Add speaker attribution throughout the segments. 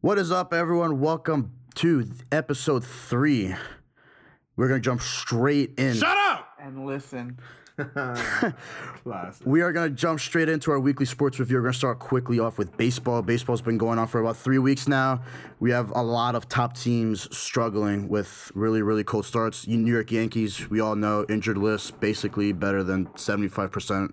Speaker 1: What is up, everyone? Welcome to th- episode three. We're gonna jump straight in.
Speaker 2: Shut up!
Speaker 3: and listen.
Speaker 2: Classic.
Speaker 1: We are going to jump straight into our weekly sports review. We're going to start quickly off with baseball. Baseball's been going on for about three weeks now. We have a lot of top teams struggling with really, really cold starts. You- New York Yankees, we all know, injured list, basically better than 75%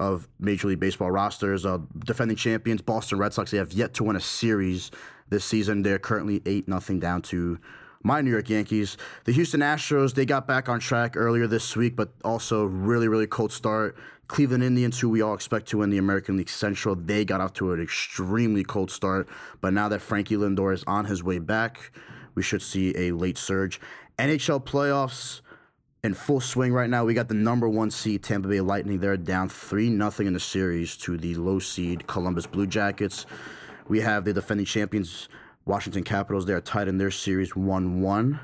Speaker 1: of Major League Baseball rosters. Uh, defending champions, Boston Red Sox, they have yet to win a series this season. They're currently 8 nothing down to my New York Yankees. The Houston Astros, they got back on track earlier this week, but also really, really cold start. Cleveland Indians, who we all expect to win the American League Central, they got off to an extremely cold start. But now that Frankie Lindor is on his way back, we should see a late surge. NHL playoffs, in full swing right now. We got the number one seed Tampa Bay Lightning. They're down three nothing in the series to the low seed Columbus Blue Jackets. We have the defending champions Washington Capitals. They are tied in their series one one.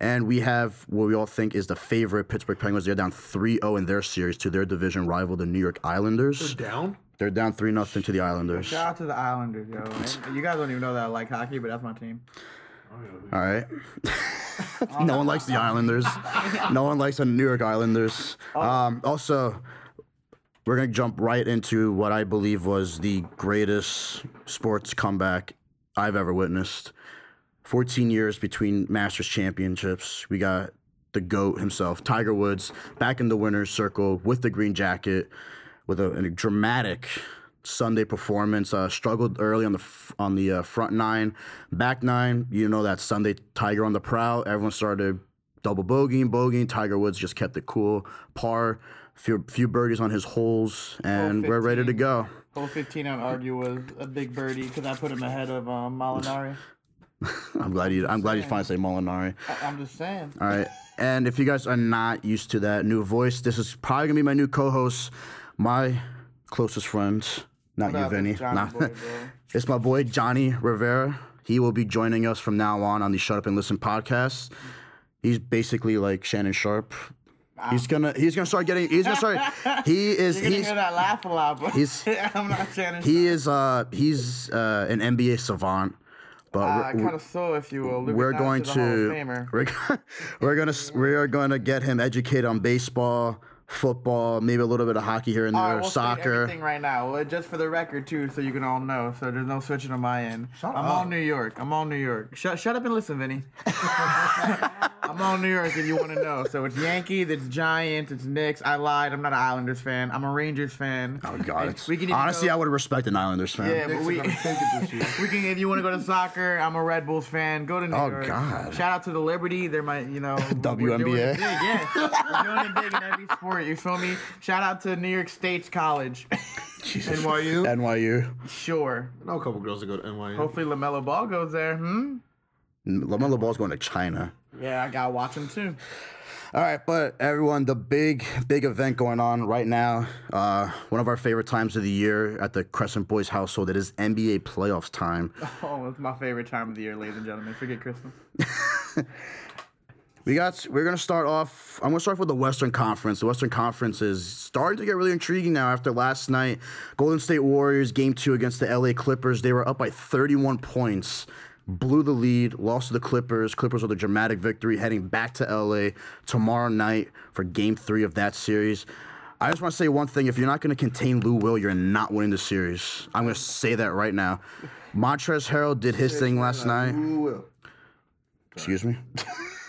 Speaker 1: And we have what we all think is the favorite Pittsburgh Penguins. They're down 3 0 in their series to their division rival, the New York Islanders.
Speaker 2: Down?
Speaker 1: They're down 3 0 to the Islanders.
Speaker 3: Shout out to the Islanders, yo. And you guys don't even know that I like hockey, but that's my team.
Speaker 1: All right. no one likes the Islanders. No one likes the New York Islanders. Um, also, we're going to jump right into what I believe was the greatest sports comeback I've ever witnessed. 14 years between Masters championships. We got the GOAT himself, Tiger Woods, back in the winner's circle with the green jacket, with a, a dramatic Sunday performance. Uh, struggled early on the f- on the uh, front nine, back nine. You know that Sunday Tiger on the prowl. Everyone started double bogeying, bogeying. Tiger Woods just kept it cool, par, few few birdies on his holes, and we're ready to
Speaker 3: 15.
Speaker 1: go.
Speaker 3: Hole 15, I'd argue, was a big birdie because I put him ahead of um, Molinari.
Speaker 1: I'm glad you. I'm glad you finally say Molinari.
Speaker 3: I- I'm just saying.
Speaker 1: All right. And if you guys are not used to that new voice, this is probably gonna be my new co-host, my closest friend. Not you,
Speaker 3: Nah,
Speaker 1: Vinny.
Speaker 3: Johnny
Speaker 1: Nah.
Speaker 3: boy, bro.
Speaker 1: it's my boy Johnny Rivera. He will be joining us from now on on the Shut Up and Listen podcast. He's basically like Shannon Sharp. He's gonna he's gonna start getting he's gonna start he is
Speaker 3: You're gonna
Speaker 1: he's
Speaker 3: hear that laugh a lot, but
Speaker 1: he's-
Speaker 3: I'm not Shannon.
Speaker 1: he is uh he's uh an NBA savant. But
Speaker 3: uh,
Speaker 1: we're-
Speaker 3: kind of so, if you will. Luka
Speaker 1: we're
Speaker 3: Doncic
Speaker 1: going
Speaker 3: is a Hall of
Speaker 1: to
Speaker 3: Famer.
Speaker 1: we're, we're gonna s- we are gonna get him educated on baseball, football, maybe a little bit of hockey here and there,
Speaker 3: All right, we'll state
Speaker 1: soccer.
Speaker 3: everything right now, Well, just for the record too, so you can all know. So there's no switching on my end. I'm all New York. I'm all New York. Shut, shut up and listen, Vinny. I'm all New York if you want to know. So it's Yankees, it's Giants, it's Knicks. I lied. I'm not an Islanders fan. I'm a Rangers fan.
Speaker 1: Oh god,
Speaker 3: And
Speaker 1: it's-
Speaker 3: we can even
Speaker 1: honestly,
Speaker 3: go-
Speaker 1: I would respect an Islanders fan.
Speaker 3: Yeah, but
Speaker 2: Knicks
Speaker 3: we.
Speaker 2: are gonna take it this year.
Speaker 3: We can, if you want to go to soccer, I'm a Red Bulls fan. Go to New
Speaker 1: Oh,
Speaker 3: York.
Speaker 1: God.
Speaker 3: Shout out to the Liberty. They're my, you know, We're doing
Speaker 1: WNBA.
Speaker 3: it big, yeah, we're doing it big in every sport. You feel me? Shout out to New York State's college.
Speaker 1: Jesus.
Speaker 2: NYU?
Speaker 1: NYU.
Speaker 3: sure.
Speaker 2: I know a couple girls that go to NYU.
Speaker 3: Hopefully Lamelo Ball goes there. Hmm.
Speaker 1: Lamelo Ball's going to China.
Speaker 3: Yeah, I gotta watch him too.
Speaker 1: All right, but everyone, the big, big event going on right now. Uh, one of our favorite times of the year at the Crescent Boys household. It is NBA playoffs time.
Speaker 3: Oh, it's my favorite time of the year, ladies and gentlemen. Forget Christmas.
Speaker 1: We got. We're gonna start off. I'm gonna start off with the Western Conference. The Western Conference is starting to get really intriguing now. After last night, Golden State Warriors game two against the LA Clippers. They were up by 31 points, blew the lead, lost to the Clippers. Clippers with a dramatic victory, heading back to LA tomorrow night for game three of that series. I just want to say one thing. If you're not going to contain Lou Will, you're not winning the series. I'm going to say that right now. Montrezl Harrell did his thing last night.
Speaker 2: Who will?
Speaker 1: Excuse me.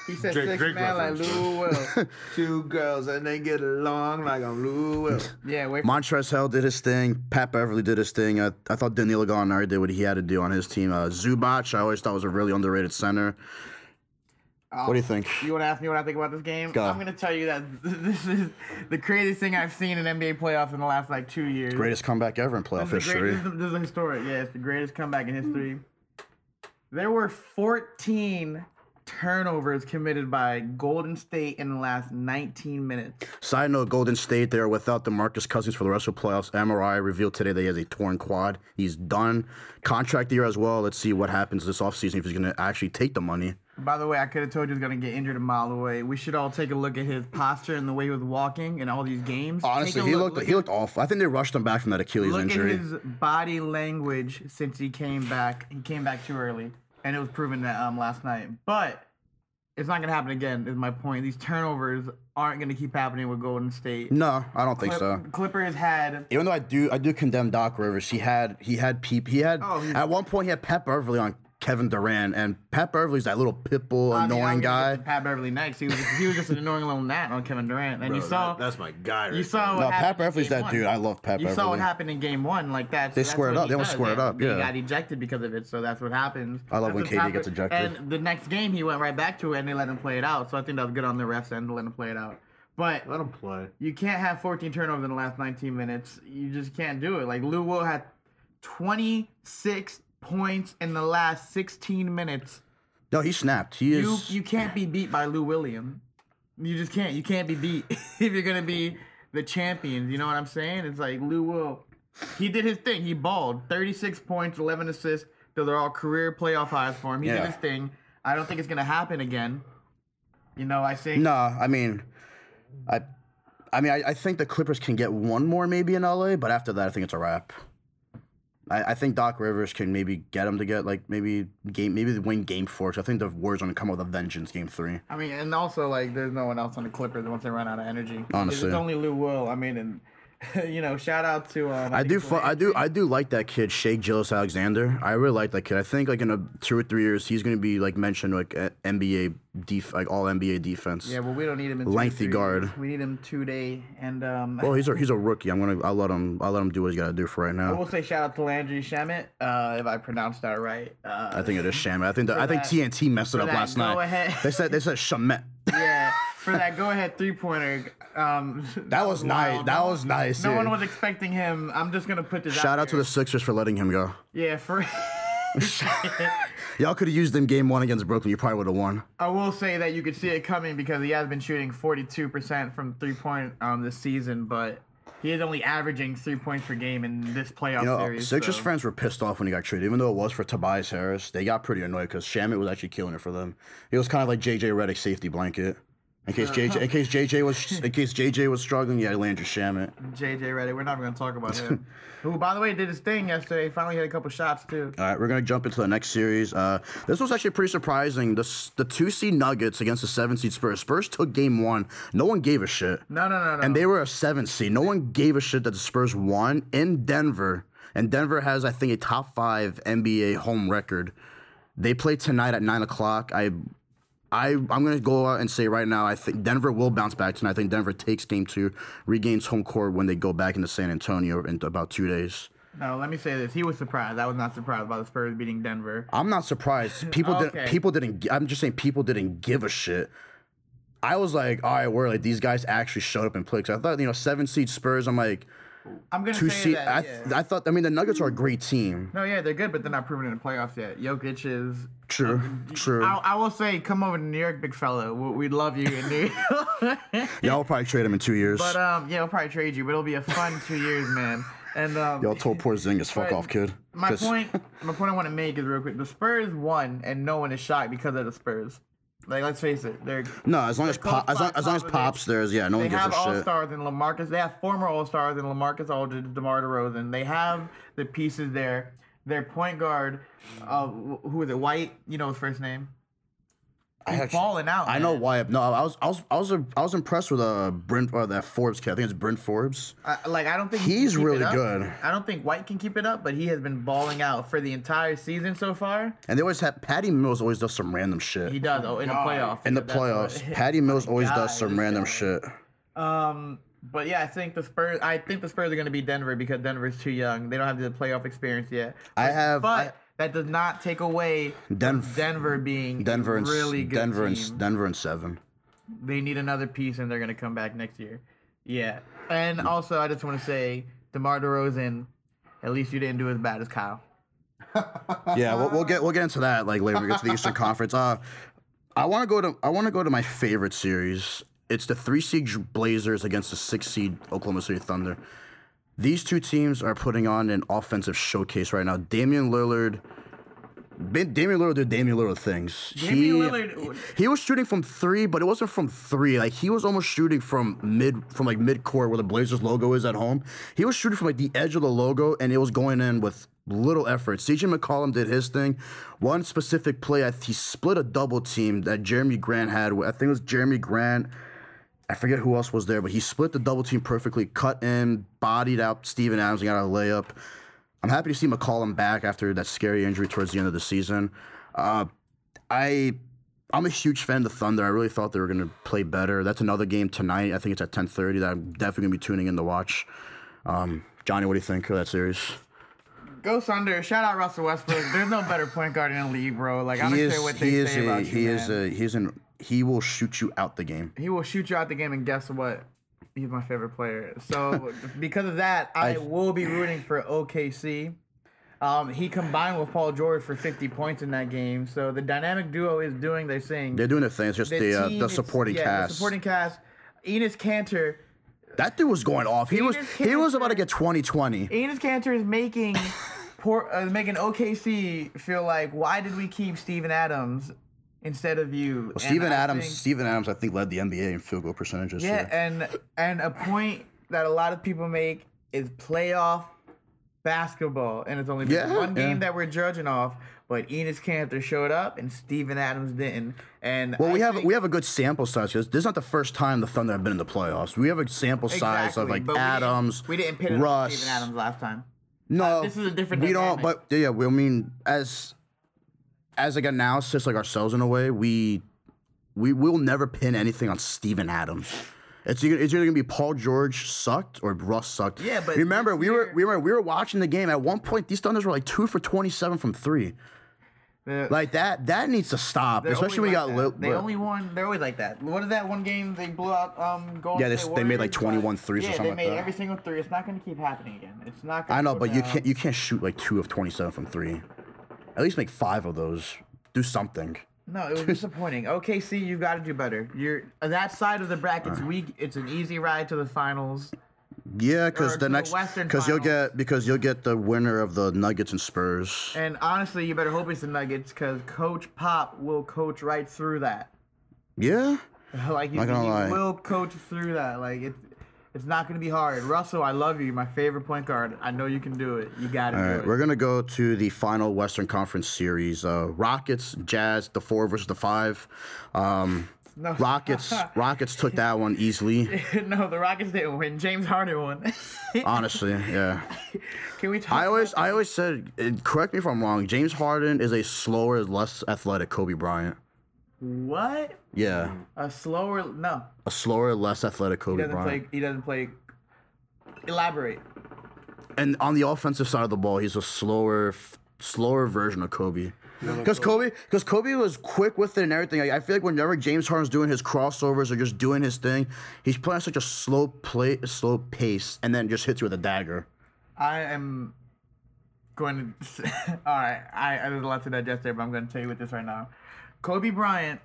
Speaker 3: He said
Speaker 2: Drake-
Speaker 3: six
Speaker 2: Drake
Speaker 3: man like
Speaker 2: reference.
Speaker 3: Lou Will.
Speaker 2: Two girls and they get along like I'm Lou Will.
Speaker 3: Yeah, wait.
Speaker 1: Montrezl Hell did his thing. Pat Beverly did his thing. I, I thought Danilo Gallinari did what he had to do on his team. Uh, Zubac, I always thought was a really underrated center.
Speaker 3: Oh,
Speaker 1: What do you think?
Speaker 3: You want to ask me what I think about this game?
Speaker 1: Go.
Speaker 3: I'm gonna tell you that this is the craziest thing I've seen in NBA playoffs in the last like two years.
Speaker 1: Greatest comeback ever in playoff
Speaker 3: This is the great-
Speaker 1: history.
Speaker 3: This is, this is historic. Yeah, it's the greatest comeback in history. There were 14 turnovers committed by Golden State in the last 19 minutes.
Speaker 1: Side note: Golden State they are without DeMarcus Cousins for the rest of the playoffs. MRI revealed today that he has a torn quad. He's done contract year as well. Let's see what happens this offseason if he's going to actually take the money.
Speaker 3: By the way, I could have told you he was going to get injured a mile away. We should all take a look at his posture and the way he was walking in all these games. Take
Speaker 1: Honestly,
Speaker 3: a
Speaker 1: he
Speaker 3: look-
Speaker 1: looked he looked awful. I think they rushed him back from that Achilles
Speaker 3: Look
Speaker 1: injury.
Speaker 3: at his body language since he came back. He came back too early, and it was proven that um last night. But it's not gonna happen again. Is my point. These turnovers aren't gonna keep happening with Golden State.
Speaker 1: no, I don't think
Speaker 3: Clip-
Speaker 1: so.
Speaker 3: Clippers had
Speaker 1: Even though I do, I do condemn Doc Rivers. He had, he had peep. He had
Speaker 3: Oh, he's-
Speaker 1: at one point he had Pat Beverly on Kevin Durant, and Pat Beverly's that little pit bull
Speaker 3: I mean,
Speaker 1: annoying
Speaker 3: I'm gonna
Speaker 1: guy.
Speaker 3: get to Pat Beverly next. He was he was just an annoying little gnat on Kevin Durant, and
Speaker 2: Bro,
Speaker 3: you saw
Speaker 2: that- that's my guy. Right
Speaker 3: you saw what
Speaker 1: No,
Speaker 3: happened
Speaker 1: Pat
Speaker 3: in
Speaker 1: Beverly's
Speaker 3: game
Speaker 1: that
Speaker 3: one.
Speaker 1: dude. I love Pat
Speaker 3: You
Speaker 1: Beverly.
Speaker 3: saw what happened in game one, like that.
Speaker 1: They
Speaker 3: that's
Speaker 1: squared
Speaker 3: what
Speaker 1: up.
Speaker 3: he
Speaker 1: They almost
Speaker 3: does.
Speaker 1: squared up,
Speaker 3: They
Speaker 1: yeah.
Speaker 3: got ejected because of it, so that's what happens.
Speaker 1: I love
Speaker 3: That's
Speaker 1: when
Speaker 3: what's
Speaker 1: KD
Speaker 3: happened.
Speaker 1: gets ejected.
Speaker 3: And the next game, he went right back to it, and they let him play it out. So I think that was good on the refs end to let him play it out. But
Speaker 2: Let him play.
Speaker 3: you can't have 14 turnovers in the last 19 minutes. You just can't do it. Like Lou Will had 26 points in the last 16 minutes.
Speaker 1: No, he snapped. He
Speaker 3: You
Speaker 1: is.
Speaker 3: you can't be beat by Lou William. You just can't. You can't be beat if you're gonna be the champions. You know what I'm saying? It's like Lou Will. He did his thing. He balled. 36 points, 11 assists. Those are all career playoff highs for him. He
Speaker 1: Yeah.
Speaker 3: did his thing. I don't think it's gonna happen again. You know, I think.
Speaker 1: no, I mean, I, I mean, I, I think the Clippers can get one more maybe in LA, but after that, I think it's a wrap. I, I think Doc Rivers can maybe get him to get like maybe game, maybe win game four. 'cause I think the Warriors are gonna come with a vengeance game three.
Speaker 3: I mean, and also like, there's no one else on the Clippers once they run out of energy.
Speaker 1: Honestly.
Speaker 3: it's only Lou Will. I mean, and you know, shout out to. Um,
Speaker 1: I
Speaker 3: think
Speaker 1: do,
Speaker 3: it's
Speaker 1: fu- I do, I do like that kid, Shake Gillis Alexander. I really like that kid. I think like in a two or three years, he's gonna be like mentioned like a- NBA def, like all NBA defense.
Speaker 3: Yeah, but we don't need him in two to
Speaker 1: Lengthy
Speaker 3: three
Speaker 1: guard.
Speaker 3: years. We need him today, and um.
Speaker 1: Well, he's a he's a rookie. I'm gonna I'll let him I'll let him do what he's gotta do for right
Speaker 3: I
Speaker 1: now.
Speaker 3: will say shout out to Landry Shamit, uh, if I pronounced that right. Uh,
Speaker 1: I think it is Shamet. I think the, I think
Speaker 3: that-
Speaker 1: TNT messed it up
Speaker 3: that
Speaker 1: last night.
Speaker 3: go ahead.
Speaker 1: They said they said Shamet.
Speaker 3: yeah, for that go ahead three pointer. Um,
Speaker 1: That was nice.
Speaker 3: wild.
Speaker 1: That
Speaker 3: No-
Speaker 1: was nice.
Speaker 3: No
Speaker 1: yeah.
Speaker 3: one was expecting him. I'm just gonna put this.
Speaker 1: Shout
Speaker 3: out
Speaker 1: out to the Sixers for letting him go.
Speaker 3: there. yeah. For
Speaker 1: Y'all could have used him game one against Brooklyn. You probably would have won.
Speaker 3: I will say that you could see it coming because he has been shooting 42 percent from three point um this season, but he is only averaging three points per game in this playoff
Speaker 1: You know,
Speaker 3: series.
Speaker 1: Sixers
Speaker 3: so.
Speaker 1: fans were pissed off when he got traded, even though it was for Tobias Harris. They got pretty annoyed because Shamit was actually killing it for them. It was kind of like JJ Redick's safety blanket. In case JJ, in case JJ was, in case JJ was struggling, yeah, Landry Shamit.
Speaker 3: JJ Redick, we're not even gonna talk about him. Who, by the way, did his thing yesterday. Finally hit a couple shots too.
Speaker 1: All right, we're gonna jump into the next series. Uh, this was actually pretty surprising. The s- the two seed Nuggets against the seven seed Spurs. Spurs took game one. No one gave a shit,
Speaker 3: No, no, no, no.
Speaker 1: and they were a seven seed. No one gave a shit that the Spurs won in Denver. And Denver has, I think, a top five NBA home record. They play tonight at nine o'clock. I. I, I'm going to go out and say right now, I think Denver will bounce back tonight. I think Denver takes game two, regains home court when they go back into San Antonio in about two days.
Speaker 3: No, let me say this. He was surprised. I was not surprised by the Spurs beating Denver.
Speaker 1: I'm not surprised. People didn't.
Speaker 3: Okay.
Speaker 1: People didn't. gi- I'm just saying people didn't give a shit. I was like, all right, we're like these guys actually showed up and played. 'Cause I thought you know seven seed Spurs. I'm like
Speaker 3: I'm gonna
Speaker 1: two
Speaker 3: say
Speaker 1: seed.
Speaker 3: that.
Speaker 1: I,
Speaker 3: yeah.
Speaker 1: I thought. I mean the Nuggets are a great team.
Speaker 3: no, yeah, they're good, but they're not proven in the playoffs yet. Jokic is.
Speaker 1: True. True.
Speaker 3: I, I will say, come over to New York, big fella. We, we love you in New York.
Speaker 1: Y'all will probably trade them in two years.
Speaker 3: but um, yeah, we'll probably trade you. But it'll be a fun two years, man. And um,
Speaker 1: Y'all told poor Zingas, fuck
Speaker 3: but
Speaker 1: off, kid.
Speaker 3: my
Speaker 1: 'Cause-
Speaker 3: point, my point I want to make is real quick. The Spurs won, and no one is shocked because of the Spurs. Like, let's face it, they're
Speaker 1: No, as long as
Speaker 3: coach
Speaker 1: pop, as long
Speaker 3: Pop-
Speaker 1: as long as
Speaker 3: Popovich,
Speaker 1: pops, there's yeah, no one
Speaker 3: They
Speaker 1: gives a
Speaker 3: have all
Speaker 1: shit.
Speaker 3: stars in Lamarcus. They have former all stars in Lamarcus Aldridge, DeMar DeRozan. They have the pieces there. Their point guard, uh, wh- who is it? White. You know his first name.
Speaker 1: I actually-
Speaker 3: balling out,
Speaker 1: I know
Speaker 3: oh, man.
Speaker 1: why. No, I was I was I was I was impressed with uh Brent or that Forbes kid. I think it's Brent Forbes.
Speaker 3: I, like I don't think he can
Speaker 1: He's
Speaker 3: keep it
Speaker 1: really
Speaker 3: up.
Speaker 1: good.
Speaker 3: I don't think White can keep it up, but he has been balling out for the entire season so far.
Speaker 1: And they always have Patty Mills always does some random shit.
Speaker 3: He does. Oh, in the playoffs.
Speaker 1: In the
Speaker 3: That's what-
Speaker 1: playoffs, Patty Mills always
Speaker 3: God,
Speaker 1: does some
Speaker 3: this
Speaker 1: random shit.
Speaker 3: Um, but yeah, I think the Spurs. I think the Spurs are going to be Denver because Denver's too young. They don't have the playoff experience yet.
Speaker 1: I have-
Speaker 3: but
Speaker 1: I-
Speaker 3: that does not take away from
Speaker 1: Denv-
Speaker 3: Denver being
Speaker 1: Denver and
Speaker 3: really good
Speaker 1: Denver
Speaker 3: team.
Speaker 1: and Denver and seven.
Speaker 3: they need another piece, and they're going to come back next year. Yeah, and also I just want to say, Demar Derozan, at least you didn't do as bad as Kyle.
Speaker 1: Yeah, we'll, we'll get we'll get into that like later. when We get to the Eastern Conference. Uh, I want to go to I want to go to my favorite series. It's the three seed Blazers against the six seed Oklahoma City Thunder. These two teams are putting on an offensive showcase right now. Damian Lillard Ben- Damian Lillard did Damian Lillard things.
Speaker 3: Damian
Speaker 1: he,
Speaker 3: Lillard-
Speaker 1: he was shooting from three, but it wasn't from three. Like he was almost shooting from mid, from like mid court where the Blazers logo is at home. He was shooting from like the edge of the logo, and it was going in with little effort. CJ McCollum did his thing. One specific play, I, he split a double team that Jeremy Grant had. I think it was Jeremy Grant. I forget who else was there, but he split the double team perfectly, cut in, bodied out Steven Adams and got a layup. I'm happy to see McCollum back after that scary injury towards the end of the season. Uh, I I'm a huge fan of the Thunder. I really thought they were going to play better. That's another game tonight. I think it's at 10:30 that I'm definitely going to be tuning in to watch. Um, Johnny, what do you think of that series?
Speaker 3: Go Thunder. Shout out Russell Westbrook. There's no better point guard in the league, bro. Like I don't
Speaker 1: He is
Speaker 3: care what they
Speaker 1: he is
Speaker 3: say
Speaker 1: a,
Speaker 3: about
Speaker 1: he
Speaker 3: you,
Speaker 1: is
Speaker 3: man.
Speaker 1: a he is an he will shoot you out the game.
Speaker 3: he will shoot you out the game, and guess what? He's my favorite player. So because of that, I,
Speaker 1: I-
Speaker 3: will be rooting for OKC. Um, he combined with Paul George for 50 points in that game. So the dynamic duo is doing their thing.
Speaker 1: They're doing their thing. It's just the uh,
Speaker 3: team
Speaker 1: the
Speaker 3: is-
Speaker 1: supporting
Speaker 3: yeah,
Speaker 1: cast.
Speaker 3: The supporting cast. Enos Cantor.
Speaker 1: that dude was going off. He was
Speaker 3: Peter's
Speaker 1: he was about to
Speaker 3: character-
Speaker 1: get 2020.
Speaker 3: Enos Cantor is making poor, uh, making OKC feel like why did we keep Steven Adams instead of you? And
Speaker 1: Steven
Speaker 3: I
Speaker 1: Adams,
Speaker 3: think-
Speaker 1: Steven Adams, I think led the NBA in field goal percentages.
Speaker 3: yeah,
Speaker 1: here.
Speaker 3: and and a point that a lot of people make is playoff basketball, and it's only been
Speaker 1: Yeah,
Speaker 3: one game
Speaker 1: yeah.
Speaker 3: that we're judging off. But Enos Cantor showed up, and Steven Adams didn't. And
Speaker 1: Well,
Speaker 3: I
Speaker 1: we have
Speaker 3: think-
Speaker 1: we have a good sample size because this is not the first time the Thunder have been in the playoffs. We have a sample size of
Speaker 3: Exactly,
Speaker 1: like
Speaker 3: but we didn't-
Speaker 1: Adams,
Speaker 3: We didn't, pit
Speaker 1: Russ.
Speaker 3: Steven Adams last time.
Speaker 1: No,
Speaker 3: Uh, this is a different
Speaker 1: We
Speaker 3: dynamic.
Speaker 1: don't, but yeah, we I mean as as like analysis, like ourselves in a way, we we will never pin anything on Steven Adams. It's either, it's either gonna be Paul George sucked or Russ sucked.
Speaker 3: Yeah, but
Speaker 1: remember
Speaker 3: this
Speaker 1: we were
Speaker 3: year-
Speaker 1: we were we were watching the game at one point. These Thunders were like two for twenty seven from three.
Speaker 3: The-
Speaker 1: Like that that needs to stop,
Speaker 3: They're
Speaker 1: especially when you
Speaker 3: always
Speaker 1: got
Speaker 3: like
Speaker 1: Lil.
Speaker 3: that. They only won. They're always like that. What is that one game they blew out? Um, Golden
Speaker 1: Yeah, they-
Speaker 3: State
Speaker 1: they made, like,
Speaker 3: Warriors?
Speaker 1: 21 threes or
Speaker 3: yeah,
Speaker 1: something
Speaker 3: they
Speaker 1: like
Speaker 3: made
Speaker 1: that.
Speaker 3: every single three. It's not going to keep happening again. It's not. Gonna
Speaker 1: I know,
Speaker 3: go
Speaker 1: but you
Speaker 3: down.
Speaker 1: can't you can't shoot like two of twenty seven from three. At least make five of those. Do something.
Speaker 3: No, it was disappointing. OKC, you've got to do better. You're that side of the bracket's weak. It's an easy ride to the finals.
Speaker 1: Yeah,
Speaker 3: Or
Speaker 1: because
Speaker 3: to
Speaker 1: the
Speaker 3: the
Speaker 1: next
Speaker 3: Western
Speaker 1: because you'll
Speaker 3: Finals.
Speaker 1: get because you'll get the winner of the Nuggets and Spurs.
Speaker 3: And honestly, you better hope it's the Nuggets because Coach Pop will coach right through that.
Speaker 1: Yeah,
Speaker 3: Like you,
Speaker 1: Not gonna
Speaker 3: you
Speaker 1: lie.
Speaker 3: will coach through that. Like it's it's not going to be hard. Russell, I love you. My favorite point guard. I know you can do it. You got to do
Speaker 1: All right,
Speaker 3: it.
Speaker 1: we're gonna go to the final Western Conference series: uh, Rockets, Jazz, the four versus the five. Um,
Speaker 3: No.
Speaker 1: Rockets, Rockets took that one easily.
Speaker 3: no, the Rockets didn't win. James Harden won.
Speaker 1: Honestly, yeah.
Speaker 3: Can we talk?
Speaker 1: Uh, I always, I always said, and correct me if I'm wrong. James Harden is a slower, less athletic Kobe Bryant.
Speaker 3: what?
Speaker 1: Yeah,
Speaker 3: A slower? No,
Speaker 1: a slower, less athletic
Speaker 3: he
Speaker 1: Kobe
Speaker 3: doesn't
Speaker 1: Bryant.
Speaker 3: play. He doesn't play. Elaborate.
Speaker 1: and on the offensive side of the ball, he's a slower, f- slower version of Kobe. Because Kobe, because Kobe was quick with it and everything. Like, I feel like whenever James Harden's doing his crossovers or just doing his thing, he's playing such a slow play, slow pace, and then just hits you with a dagger.
Speaker 3: I am going to. all right, I, I there's a lot to digest there, but I'm going to tell you with this right now. Kobe Bryant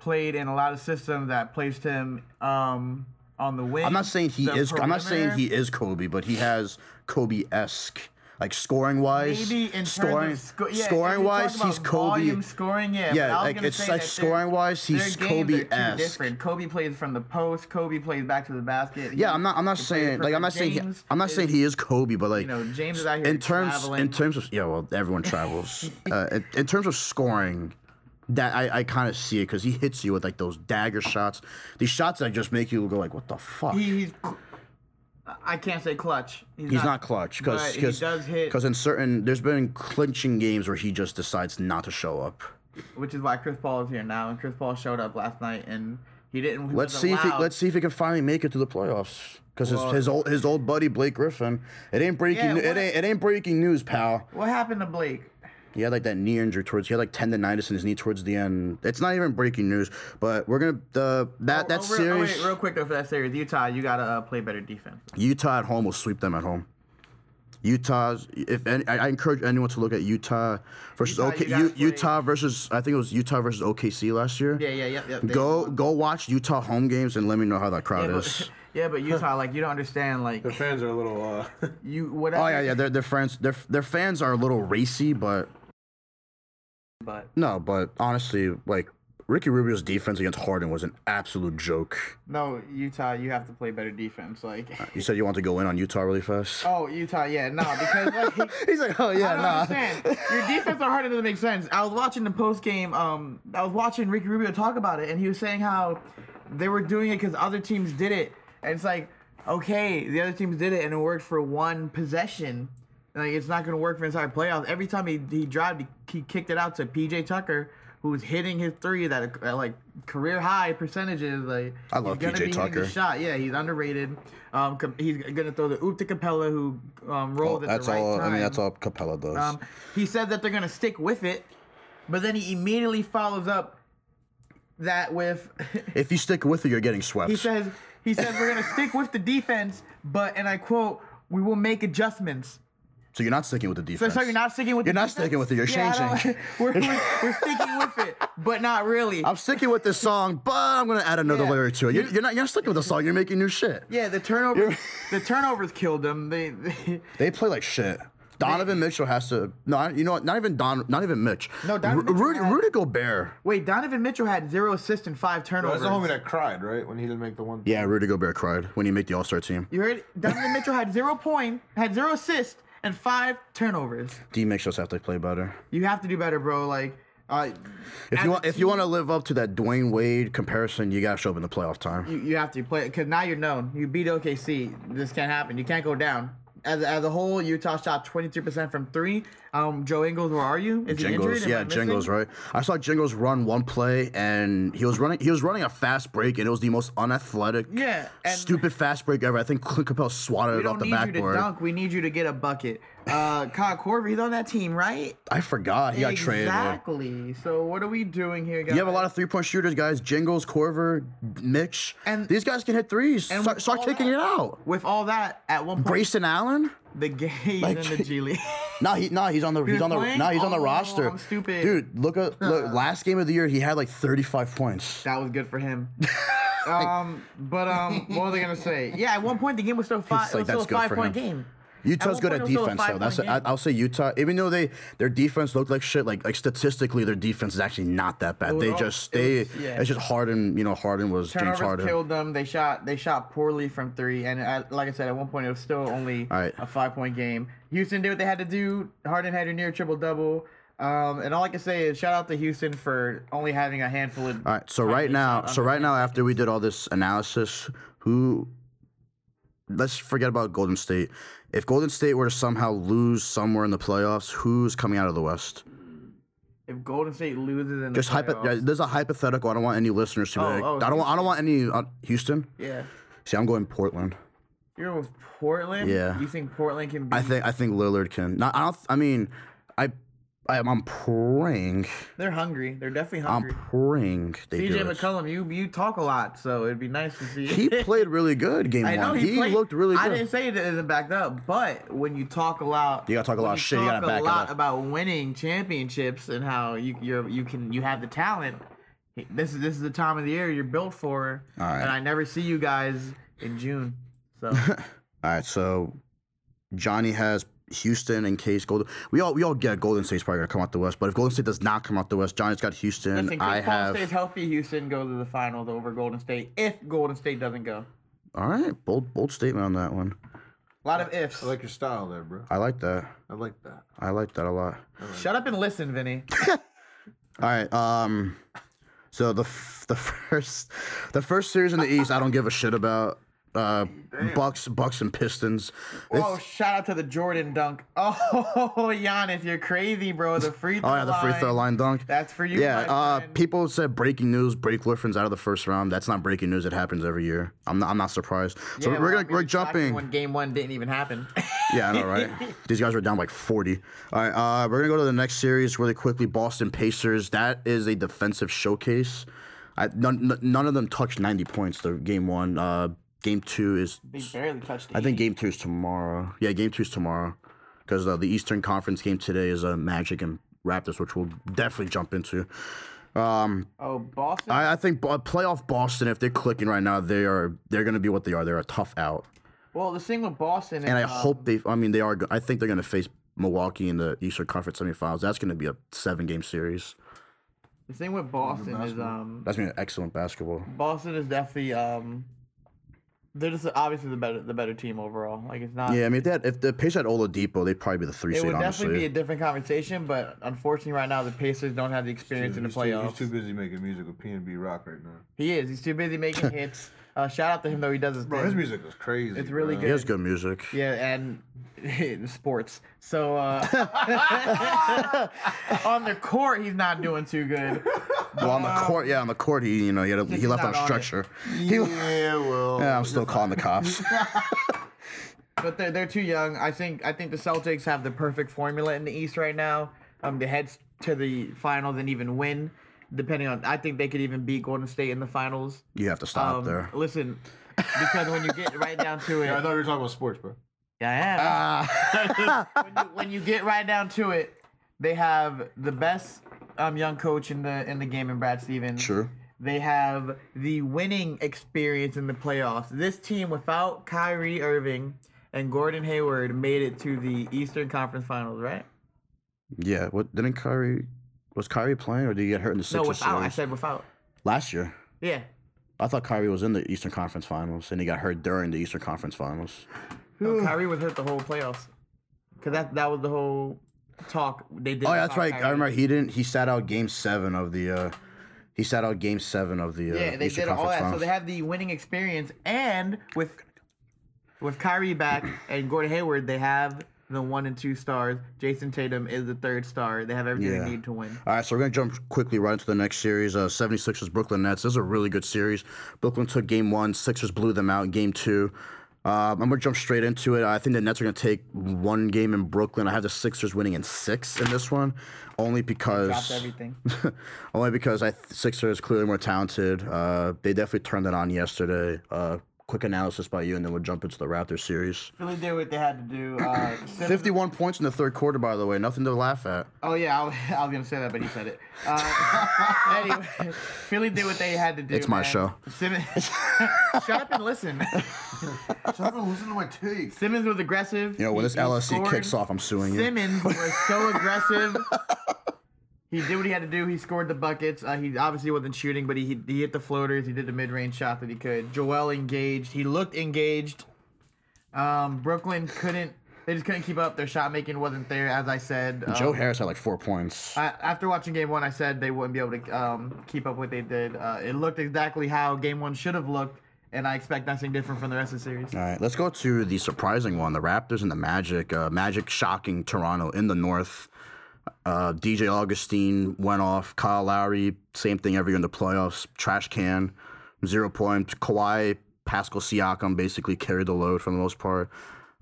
Speaker 3: played in a lot of systems that placed him um, on the wing.
Speaker 1: I'm not saying he
Speaker 3: the
Speaker 1: is. I'm not saying he
Speaker 3: perimeter.
Speaker 1: is Kobe, but he has Kobe esque. Like scoring wise,
Speaker 3: Maybe in
Speaker 1: scoring,
Speaker 3: terms of sco- yeah, if
Speaker 1: scoring
Speaker 3: you talk
Speaker 1: wise,
Speaker 3: about
Speaker 1: he's Kobe.
Speaker 3: Volume scoring, yeah. but
Speaker 1: Yeah,
Speaker 3: I was
Speaker 1: like
Speaker 3: gonna
Speaker 1: it's
Speaker 3: say
Speaker 1: like
Speaker 3: that their-
Speaker 1: scoring wise,
Speaker 3: their
Speaker 1: he's
Speaker 3: games are
Speaker 1: Kobe
Speaker 3: too
Speaker 1: esque.
Speaker 3: Different. Kobe plays from the post. Kobe plays back to the basket.
Speaker 1: Yeah,
Speaker 3: He-
Speaker 1: I'm not. I'm not
Speaker 3: he played
Speaker 1: saying
Speaker 3: for
Speaker 1: like I'm
Speaker 3: the
Speaker 1: not saying. He,
Speaker 3: James
Speaker 1: I'm not
Speaker 3: is-
Speaker 1: saying he is Kobe, but like
Speaker 3: know, James is out here
Speaker 1: in terms in
Speaker 3: traveling.
Speaker 1: terms of yeah, well, everyone travels. uh, in, in terms of scoring, that I, I kind of see it because he hits you with like those dagger shots, these shots that just make you go like, what the fuck?
Speaker 3: He, he's. I can't say clutch.
Speaker 1: He's not clutch because
Speaker 3: but he does hit-
Speaker 1: because in certain there's been clinching games where he just decides not to show up.
Speaker 3: which is why Chris Paul is here now, and Chris Paul showed up last night, and he didn't. he
Speaker 1: Let's
Speaker 3: wasn't
Speaker 1: see if he,
Speaker 3: allowed.
Speaker 1: let's see if he can finally make it to the playoffs. Because his,
Speaker 3: Well-
Speaker 1: his old his old buddy Blake Griffin, it ain't breaking
Speaker 3: Yeah,
Speaker 1: new- it
Speaker 3: what-
Speaker 1: ain't it ain't breaking news, pal.
Speaker 3: What happened to Blake?
Speaker 1: He had like that knee injury towards. He had like tendonitis in his knee towards the end. It's not even breaking news, but we're gonna the that that
Speaker 3: oh, real, oh,
Speaker 1: series.
Speaker 3: wait, real quick though, for that series, Utah, you gotta uh, play better defense.
Speaker 1: Utah at home will sweep them at home. Utah's if any, I, I encourage anyone to look at Utah versus
Speaker 3: Utah, you
Speaker 1: OK
Speaker 3: gotta
Speaker 1: U,
Speaker 3: play-
Speaker 1: Utah versus I think it was Utah versus OKC last year.
Speaker 3: Yeah, yeah, yeah, yeah. they-
Speaker 1: Go go watch Utah home games and let me know how that crowd
Speaker 3: Yeah,
Speaker 1: is.
Speaker 3: but, yeah, but Utah, like you don't understand, like
Speaker 2: The fans are a little. Uh,
Speaker 3: you whatever.
Speaker 1: Oh yeah, yeah. Their their fans their their fans are a little racy, but
Speaker 3: But
Speaker 1: No, but honestly, like Ricky Rubio's defense against Harden was an absolute joke.
Speaker 3: no, Utah, you have to play better defense. Like,
Speaker 1: You said you want to go in on Utah really fast.
Speaker 3: oh Utah, yeah, no, because like
Speaker 1: He's like, oh yeah,
Speaker 3: I don't understand. Your defense on Harden doesn't make sense. I was watching the post game. Um, I was watching Ricky Rubio talk about it, and he was saying how they were doing it because other teams did it, and it's like, okay, the other teams did it, and it worked for one possession. And, Like it's not going to work for entire playoffs. Every time he he drived, he, he kicked it out to PJ Tucker, who's hitting his three that are, at like career high percentages. Like
Speaker 1: I love
Speaker 3: he's gonna
Speaker 1: P.J.
Speaker 3: be hitting the
Speaker 1: Tucker.
Speaker 3: Shot, yeah, he's underrated. Um, com- he's gonna throw the oop to Capella, who um rolled at
Speaker 1: That's
Speaker 3: the right
Speaker 1: all.
Speaker 3: time.
Speaker 1: I mean, that's all Capella does.
Speaker 3: Um, he said that they're gonna stick with it, but then he immediately follows up that with
Speaker 1: if you stick with it, you're getting swept.
Speaker 3: he says he says we're gonna stick with the defense, but and I quote, we will make adjustments.
Speaker 1: so you're not sticking with the
Speaker 3: So,
Speaker 1: defense.
Speaker 3: so you're not sticking with
Speaker 1: You're
Speaker 3: the
Speaker 1: not
Speaker 3: defense?
Speaker 1: sticking with it, you're
Speaker 3: Yeah, I
Speaker 1: changing.
Speaker 3: don't- we're, we're, we're sticking with it, but not really.
Speaker 1: I'm sticking with this song, but I'm gonna add another
Speaker 3: Yeah.
Speaker 1: layer to it. You're, you're not. You're not sticking with the song. You're making new shit.
Speaker 3: yeah, the turnover the turnovers killed them. They, they
Speaker 1: They play like shit. Donovan Mitchell has to. No, you know what? Not even Don. Not even Mitch.
Speaker 3: No, Donovan
Speaker 1: Ru-
Speaker 3: Mitchell
Speaker 1: Rudy,
Speaker 3: had-
Speaker 1: Rudy Gobert.
Speaker 3: wait, Donovan Mitchell had zero assists and five turnovers.
Speaker 2: That's the homie that cried, right? When he didn't make the one.
Speaker 1: Yeah, Rudy Gobert cried when he made the All Star team.
Speaker 3: you heard it? Donovan Mitchell had zero point, had zero assists, and five turnovers.
Speaker 1: D Mitchell's have to play better.
Speaker 3: You have to do better, bro. Like, uh,
Speaker 1: If
Speaker 3: As
Speaker 1: you
Speaker 3: a
Speaker 1: want, if you want to live up to that Dwayne Wade comparison, you gotta show up in the playoff time.
Speaker 3: you, you have to play because now you're known. You beat OKC. This can't happen. You can't go down. As, as a whole, Utah shot 23% from three. Um, Joe Ingles, where are you? Is he injured?
Speaker 1: Jingles,
Speaker 3: Am I
Speaker 1: yeah,
Speaker 3: missing?
Speaker 1: Jingles, right? I saw Jingles run one play, and he was running. He was running a fast break, and it was the most unathletic,
Speaker 3: Yeah, and-
Speaker 1: stupid fast break ever. I think Clint Capel swatted
Speaker 3: We
Speaker 1: it off
Speaker 3: don't
Speaker 1: the
Speaker 3: need you to
Speaker 1: backboard.
Speaker 3: dunk. We need you to get a bucket. Uh, Kyle Korver, he's on that team, right?
Speaker 1: I forgot he got traded.
Speaker 3: exactly. So what are we doing here, guys?
Speaker 1: You have a lot of three point shooters, guys. Jingles, Corver, Mitch,
Speaker 3: And-
Speaker 1: and these guys can hit threes.
Speaker 3: and
Speaker 1: start
Speaker 3: with
Speaker 1: start
Speaker 3: all
Speaker 1: kicking
Speaker 3: that-
Speaker 1: it out.
Speaker 3: With all that, at one point,
Speaker 1: Grayson Allen?
Speaker 3: the gays
Speaker 1: Like-
Speaker 3: and the G League.
Speaker 1: Nah, he nah, he's on the he's
Speaker 3: was
Speaker 1: on the
Speaker 3: playing?
Speaker 1: nah, he's on the
Speaker 3: Oh,
Speaker 1: roster.
Speaker 3: I'm stupid.
Speaker 1: Dude, look at look, last game of the year he had like 35 points.
Speaker 3: That was good for him. um, but um, what was I gonna say? Yeah, at one point the game was still five.
Speaker 1: It's
Speaker 3: it
Speaker 1: like,
Speaker 3: was still a
Speaker 1: that's good for
Speaker 3: five point
Speaker 1: him.
Speaker 3: game.
Speaker 1: Utah's
Speaker 3: At one
Speaker 1: good
Speaker 3: point, it
Speaker 1: at
Speaker 3: was still a
Speaker 1: defense though. That's I,
Speaker 3: five-point game.
Speaker 1: I'll say Utah. Even though they their defense looked like shit, like like statistically their defense is actually not that bad.
Speaker 3: was
Speaker 1: They
Speaker 3: all-
Speaker 1: just they
Speaker 3: it was- yeah.
Speaker 1: it's just Harden. You know Harden was James
Speaker 3: Turnovers
Speaker 1: Harden.
Speaker 3: killed them. They shot. They shot poorly from three. And at, like I said, at one point it was still only
Speaker 1: All right.
Speaker 3: a five point game. Houston did what they had to do. Harden had a near triple double. Um, and all I can say is shout out to Houston for only having a handful of.
Speaker 1: All right. So right now, so right now, after we did all this analysis, who? Let's forget about Golden State. If Golden State were to somehow lose somewhere in the playoffs, who's coming out of the West?
Speaker 3: If Golden State loses in the
Speaker 1: Just hypo-
Speaker 3: playoffs-
Speaker 1: There's a hypothetical. I don't want any listeners to. be
Speaker 3: Oh,
Speaker 1: like,
Speaker 3: oh,
Speaker 1: I don't. want- I don't want any uh, Houston.
Speaker 3: yeah.
Speaker 1: See, I'm going Portland.
Speaker 3: You're with Portland.
Speaker 1: Yeah.
Speaker 3: You think Portland can? Be,
Speaker 1: I think. I think Lillard can. Not, I don't. I mean, I. I, I'm praying.
Speaker 3: they're hungry. They're definitely
Speaker 1: I'm
Speaker 3: hungry.
Speaker 1: praying they
Speaker 3: DJ
Speaker 1: do it.
Speaker 3: McCullum, you you talk a lot, so it'd be nice to see.
Speaker 1: He played really good game
Speaker 3: I know
Speaker 1: one.
Speaker 3: he,
Speaker 1: He,
Speaker 3: played-
Speaker 1: looked really good.
Speaker 3: I didn't say it isn't backed up, but when you talk a lot,
Speaker 1: You gotta talk a
Speaker 3: when
Speaker 1: lot of shit, you gotta
Speaker 3: talk
Speaker 1: back
Speaker 3: a
Speaker 1: it
Speaker 3: lot
Speaker 1: up.
Speaker 3: about winning championships and how you you're, you can you have the talent. This is this is the time of the year you're built for,
Speaker 1: All right.
Speaker 3: and I never see you guys in June. So
Speaker 1: All right, so Johnny has Houston in case Golden. We all we all get Golden State's probably gonna come out the West, but if Golden State does not come out the West, Johnny's got Houston.
Speaker 3: listen,
Speaker 1: I
Speaker 3: Chris Paul stays
Speaker 1: have.
Speaker 3: healthy. Houston goes to the finals over Golden State if Golden State doesn't go.
Speaker 1: All right, bold bold statement on that one.
Speaker 3: A lot of ifs.
Speaker 2: I like your style there, bro.
Speaker 1: I like that.
Speaker 2: I like that.
Speaker 1: I like that a lot.
Speaker 3: Shut up and listen, Vinny.
Speaker 1: All right, um, so the f- the first the first series in the East, I don't give a shit about. Uh, Bucks, Bucks, and Pistons. This-
Speaker 3: Oh, shout out to the Jordan dunk. Oh, Giannis, you're crazy, bro. The free throw.
Speaker 1: oh yeah, the free throw line dunk.
Speaker 3: That's for you.
Speaker 1: Yeah,
Speaker 3: my
Speaker 1: uh,
Speaker 3: friend.
Speaker 1: people said breaking news: Blake Griffin's out of the first round. That's not breaking news. It happens every year. I'm not. I'm not surprised. So
Speaker 3: Yeah,
Speaker 1: we're
Speaker 3: well, I
Speaker 1: gonna,
Speaker 3: mean,
Speaker 1: we're
Speaker 3: it's shocking
Speaker 1: jumping.
Speaker 3: When game one didn't even happen.
Speaker 1: Yeah, I know, right? These guys were down like 40. All right, uh, we're gonna go to the next series really quickly. Boston Pacers. That is a defensive showcase. I, none, n- none of them touched 90 points. The game one. Uh, game two is.
Speaker 3: they barely touched. E
Speaker 1: I think game two is tomorrow. Yeah, game two is tomorrow, because uh, the Eastern Conference game today is uh, Magic and Raptors, which we'll definitely jump into.
Speaker 3: Oh, Boston.
Speaker 1: I, I think Bo- playoff Boston, if they're clicking right now, they are they're gonna be what they are. They're a tough out,
Speaker 3: well, the thing with Boston.
Speaker 1: and I
Speaker 3: is, um,
Speaker 1: hope they. I mean, they are. go- I think they're gonna face Milwaukee in the Eastern Conference semifinals. That's going to be a seven game series.
Speaker 3: um, The thing with Boston is um
Speaker 1: That's going to be excellent basketball.
Speaker 3: Boston is definitely um they're just obviously the better the better team overall. Like it's not
Speaker 1: Yeah, I mean, if, they had, if the Pacers had Oladipo, they'd probably be the three
Speaker 3: Uh, it
Speaker 1: seed,
Speaker 3: would definitely
Speaker 1: honestly.
Speaker 3: be a different conversation, but unfortunately right now the Pacers don't have the experience in the
Speaker 2: He's too, he's
Speaker 3: playoffs.
Speaker 2: too busy making music with PNB Rock right now.
Speaker 3: he is. He's too busy making hits. Uh, shout out to him though he does his
Speaker 2: Bro,
Speaker 3: thing.
Speaker 2: his music is crazy.
Speaker 3: It's really
Speaker 2: bro.
Speaker 1: he has good music.
Speaker 3: Yeah, and sports. So uh, on the court, he's not doing too good.
Speaker 1: Well, on the court, yeah, on the court, he you know he, had a, he left on
Speaker 3: not
Speaker 1: a
Speaker 3: on it.
Speaker 1: stretcher.
Speaker 2: Yeah, well.
Speaker 1: Yeah, I'm still calling the cops.
Speaker 3: But they're, they're too young. I think I think the Celtics have the perfect formula in the East right now. Um, they head to the finals and even win. Depending on, I think they could even beat Golden State in the finals.
Speaker 1: you have to stop
Speaker 3: Um,
Speaker 1: there.
Speaker 3: Listen, because when you get right down to it,
Speaker 2: I thought we were talking about sports, bro.
Speaker 3: Yeah, I
Speaker 1: Ah.
Speaker 3: am. when, you, when you get right down to it, they have the best um, young coach in the in the game in Brad Stevens.
Speaker 1: Sure.
Speaker 3: They have the winning experience in the playoffs. This team without Kyrie Irving and Gordon Hayward made it to the Eastern Conference Finals, right?
Speaker 1: Yeah, what didn't Kyrie? Was Kyrie playing, or did he get hurt in the
Speaker 3: No,
Speaker 1: Sixers
Speaker 3: without. I
Speaker 1: series?
Speaker 3: said without.
Speaker 1: last year?
Speaker 3: Yeah.
Speaker 1: I thought Kyrie was in the Eastern Conference Finals, and he got hurt during the Eastern Conference Finals.
Speaker 3: No, Kyrie was hurt the whole playoffs. Cause that that was the whole talk they did.
Speaker 1: Oh yeah, that's
Speaker 3: about
Speaker 1: right.
Speaker 3: Kyrie.
Speaker 1: I remember he didn't. He sat out Game Seven of the. uh He sat out Game Seven of the. Uh,
Speaker 3: Yeah, they
Speaker 1: Eastern
Speaker 3: did all
Speaker 1: Conference
Speaker 3: that. So
Speaker 1: Finals.
Speaker 3: they have the winning experience, and with with Kyrie back and Gordon Hayward, they have the one and two stars. Jason Tatum is the third star. They have everything
Speaker 1: Yeah.
Speaker 3: they need to win.
Speaker 1: All right, so we're going to jump quickly right into the next series. Uh, 76ers, Brooklyn Nets. This is a really good series. Brooklyn took game one, Sixers blew them out in game two. Um, I'm going to jump straight into it. I think the Nets are going to take one game in Brooklyn. I have the Sixers winning in six in this one, only
Speaker 3: Dropped
Speaker 1: because
Speaker 3: everything.
Speaker 1: only because I th- Sixers clearly more talented. Uh, they definitely turned it on yesterday. Uh, quick analysis by you, and then we'll jump into the Raptors series.
Speaker 3: Philly did what they had to do. Uh, Simmons-
Speaker 1: 51 points in the third quarter, by the way. Nothing to laugh at.
Speaker 3: Oh yeah, I was, I was gonna say that, but he said it. Uh, anyway, Philly did what they had to do.
Speaker 1: It's my
Speaker 3: man.
Speaker 1: show.
Speaker 3: Simmons, shut up and listen.
Speaker 2: So I've been listening to my tape.
Speaker 3: Simmons was aggressive.
Speaker 1: You know, when this
Speaker 3: He- he
Speaker 1: LSC
Speaker 3: scored.
Speaker 1: kicks off, I'm suing you.
Speaker 3: Simmons was so aggressive. He did what he had to do. He scored the buckets. Uh, he obviously wasn't shooting, but he, he hit the floaters. He did the mid range shot that he could. Joel engaged. He looked engaged. Um, Brooklyn couldn't. They just couldn't keep up. Their shot making wasn't there, as I said. Um,
Speaker 1: Joe Harris had like four points.
Speaker 3: I, after watching game one, I said they wouldn't be able to um, keep up what they did. Uh, it looked exactly how game one should have looked, and I expect nothing different from the rest of the series.
Speaker 1: All right, let's go to the surprising one: the Raptors and the Magic. Uh, Magic shocking Toronto in the North. Uh, DJ Augustine went off. Kyle Lowry, same thing every year in the playoffs. Trash can, zero points. Kawhi, Pascal Siakam basically carried the load for the most part.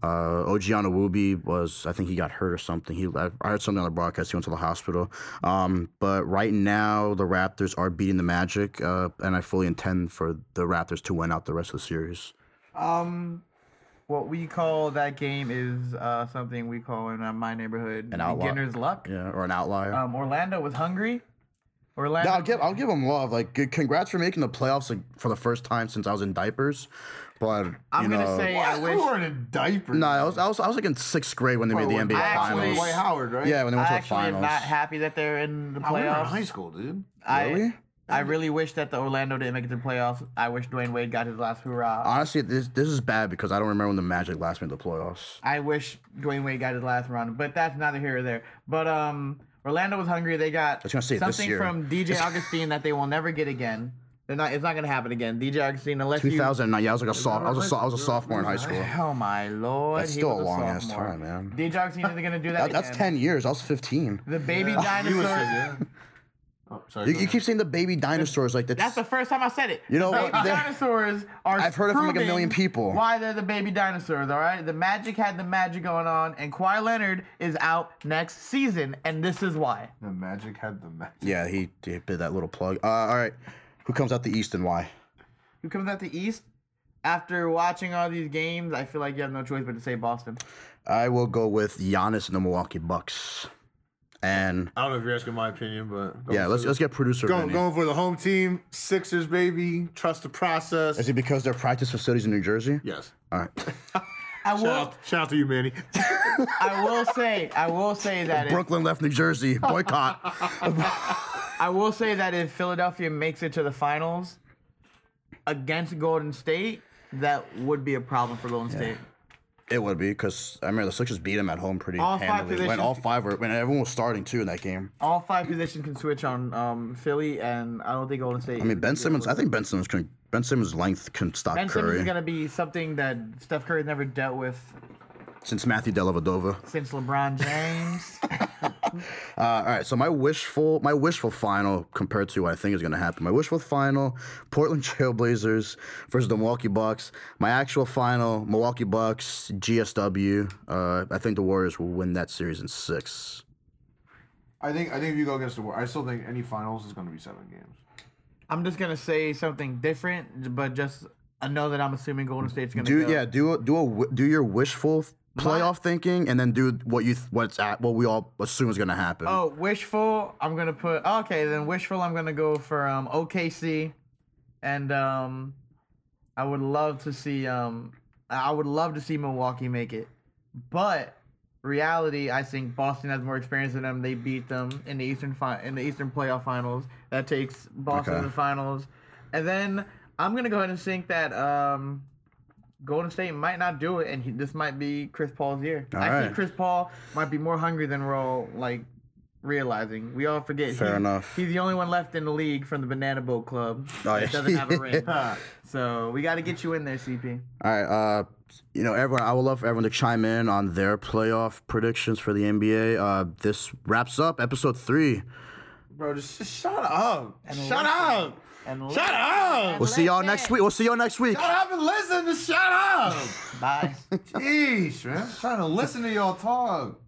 Speaker 1: Uh, OG Anunoby was, I think he got hurt or something. He, I heard something on the broadcast. He went to the hospital. Um, but right now, the Raptors are beating the Magic, uh, and I fully intend for the Raptors to win out the rest of the series.
Speaker 3: Um, what we call that game is uh, something we call in uh, my neighborhood
Speaker 1: An outlaw.
Speaker 3: beginner's luck.
Speaker 1: Yeah, or an outlier.
Speaker 3: Um, Orlando was hungry. Orlando.
Speaker 1: No, I'll give I'll give them love. Like, good- congrats for making the playoffs like, for the first time since I was in diapers. But
Speaker 3: I'm
Speaker 1: you
Speaker 3: gonna
Speaker 1: know,
Speaker 3: say I
Speaker 2: We
Speaker 3: wish.
Speaker 2: weren't in diapers.
Speaker 1: no, I was, I was I was like in sixth grade when they made the NBA
Speaker 3: I actually-
Speaker 1: finals.
Speaker 2: Dwight Howard, right?
Speaker 1: yeah, when they
Speaker 3: I
Speaker 1: went to the
Speaker 3: actually am
Speaker 1: finals.
Speaker 3: not happy that they're in the
Speaker 2: I remember in high
Speaker 3: playoffs.
Speaker 2: school, dude.
Speaker 3: I
Speaker 1: Really?
Speaker 3: I really wish that the Orlando didn't make it to the playoffs. I wish Dwayne Wade got his last hurrah.
Speaker 1: Honestly, this this is bad because I don't remember when the Magic last made the playoffs.
Speaker 3: I wish Dwayne Wade got his last round, but that's neither here or there. But um, Orlando was hungry. They got
Speaker 1: was gonna say, this
Speaker 3: something
Speaker 1: year.
Speaker 3: from DJ Augustine that they will never get again. They're not. It's not gonna happen again. DJ Augustine, unless you.
Speaker 1: 2009. Yeah, I was like a soft. I was a, so- I was a sophomore in high school.
Speaker 3: Oh my lord!
Speaker 1: That's
Speaker 3: he
Speaker 1: still
Speaker 3: was
Speaker 1: a long ass
Speaker 3: sophomore.
Speaker 1: time, man.
Speaker 3: DJ Augustine is gonna do that.
Speaker 1: That- that's
Speaker 3: again.
Speaker 1: ten years. I was fifteen.
Speaker 3: The baby
Speaker 2: You was
Speaker 3: dinosaur.
Speaker 2: yeah. Oh, sorry.
Speaker 1: You, you
Speaker 2: go ahead.
Speaker 1: keep saying the baby dinosaurs like
Speaker 3: That's the first time I said it.
Speaker 1: You know
Speaker 3: baby
Speaker 1: what? They-
Speaker 3: dinosaurs are.
Speaker 1: I've heard it from like a
Speaker 3: proving
Speaker 1: million people.
Speaker 3: Why they're the baby dinosaurs? All right, the Magic had the magic going on, and Kawhi Leonard is out next season, and this is why.
Speaker 2: The Magic had the Magic.
Speaker 1: Yeah, he, he did that little plug. Uh, all right, who comes out the East and why?
Speaker 3: who comes out the East. After watching all these games, I feel like you have no choice but to say Boston.
Speaker 1: I will go with Giannis and the Milwaukee Bucks. And
Speaker 2: I don't know if you're asking my opinion, but
Speaker 1: yeah, let's let's get producer.
Speaker 2: Going,
Speaker 1: Vinny.
Speaker 2: going for the home team, Sixers, baby. Trust the process.
Speaker 1: Is it because their practice facilities in New Jersey?
Speaker 2: yes.
Speaker 1: All right.
Speaker 3: I
Speaker 2: Shout out, shout out to you, Manny.
Speaker 3: I will say, I will say that if,
Speaker 1: Brooklyn left New Jersey. Boycott.
Speaker 3: I will say that if Philadelphia makes it to the finals against Golden State, that would be a problem for Golden State.
Speaker 1: it would be because I remember the Sixers beat him at home pretty
Speaker 3: All five
Speaker 1: handily. when
Speaker 3: positions-
Speaker 1: all five were when everyone was starting too in that game.
Speaker 3: All five positions can switch on um, Philly, and I don't think Golden State.
Speaker 1: I mean Ben Simmons. I think Ben Simmons can. Ben Simmons' length can stop
Speaker 3: Ben Simmons
Speaker 1: Curry
Speaker 3: is gonna be something that Steph Curry never dealt with
Speaker 1: since Matthew Dellavedova.
Speaker 3: since LeBron James.
Speaker 1: Uh, all right, so my wishful my wishful final compared to what I think is going to happen. My wishful final: Portland Trailblazers versus the Milwaukee Bucks. My actual final: Milwaukee Bucks GSW. Uh, I think the Warriors will win that series in six.
Speaker 2: I think I think if you go against the war, I still think any finals is going to be seven games.
Speaker 3: I'm just gonna say something different, but just I know that I'm assuming Golden State's gonna
Speaker 1: Do
Speaker 3: go.
Speaker 1: yeah, do a- do a wi- do your wishful playoff thinking, and then do what you th- what's at what we all assume is going to happen.
Speaker 3: Oh, wishful. I'm gonna put oh, okay. Then wishful. I'm gonna go for um OKC, and um, I would love to see um, I would love to see Milwaukee make it, but reality, I think Boston has more experience than them. They beat them in the Eastern fi- in the Eastern playoff finals. That takes Boston
Speaker 1: Okay.
Speaker 3: to the finals, and then I'm gonna go ahead and think that um. Golden State might not do it, and he, this might be Chris Paul's year. I
Speaker 1: All
Speaker 3: think
Speaker 1: right.
Speaker 3: Chris Paul might be more hungry than we're all like realizing. We all forget.
Speaker 1: Fair
Speaker 3: he's,
Speaker 1: enough.
Speaker 3: He's the only one left in the league from the Banana Boat Club
Speaker 1: Oh,
Speaker 3: that
Speaker 1: yeah.
Speaker 3: doesn't have a ring. so we got to get you in there, CP.
Speaker 1: All right, uh, you know, everyone. I would love for everyone to chime in on their playoff predictions for the NBA. Uh, this wraps up episode three.
Speaker 2: Bro, just, just shut up. shut
Speaker 3: listen.
Speaker 2: up.
Speaker 3: And
Speaker 2: Shut up.
Speaker 1: We'll see y'all next week. We'll see y'all next week.
Speaker 2: Shut up and listen to shut up.
Speaker 3: Bye.
Speaker 2: Jeez, man. I'm just trying to listen to y'all talk.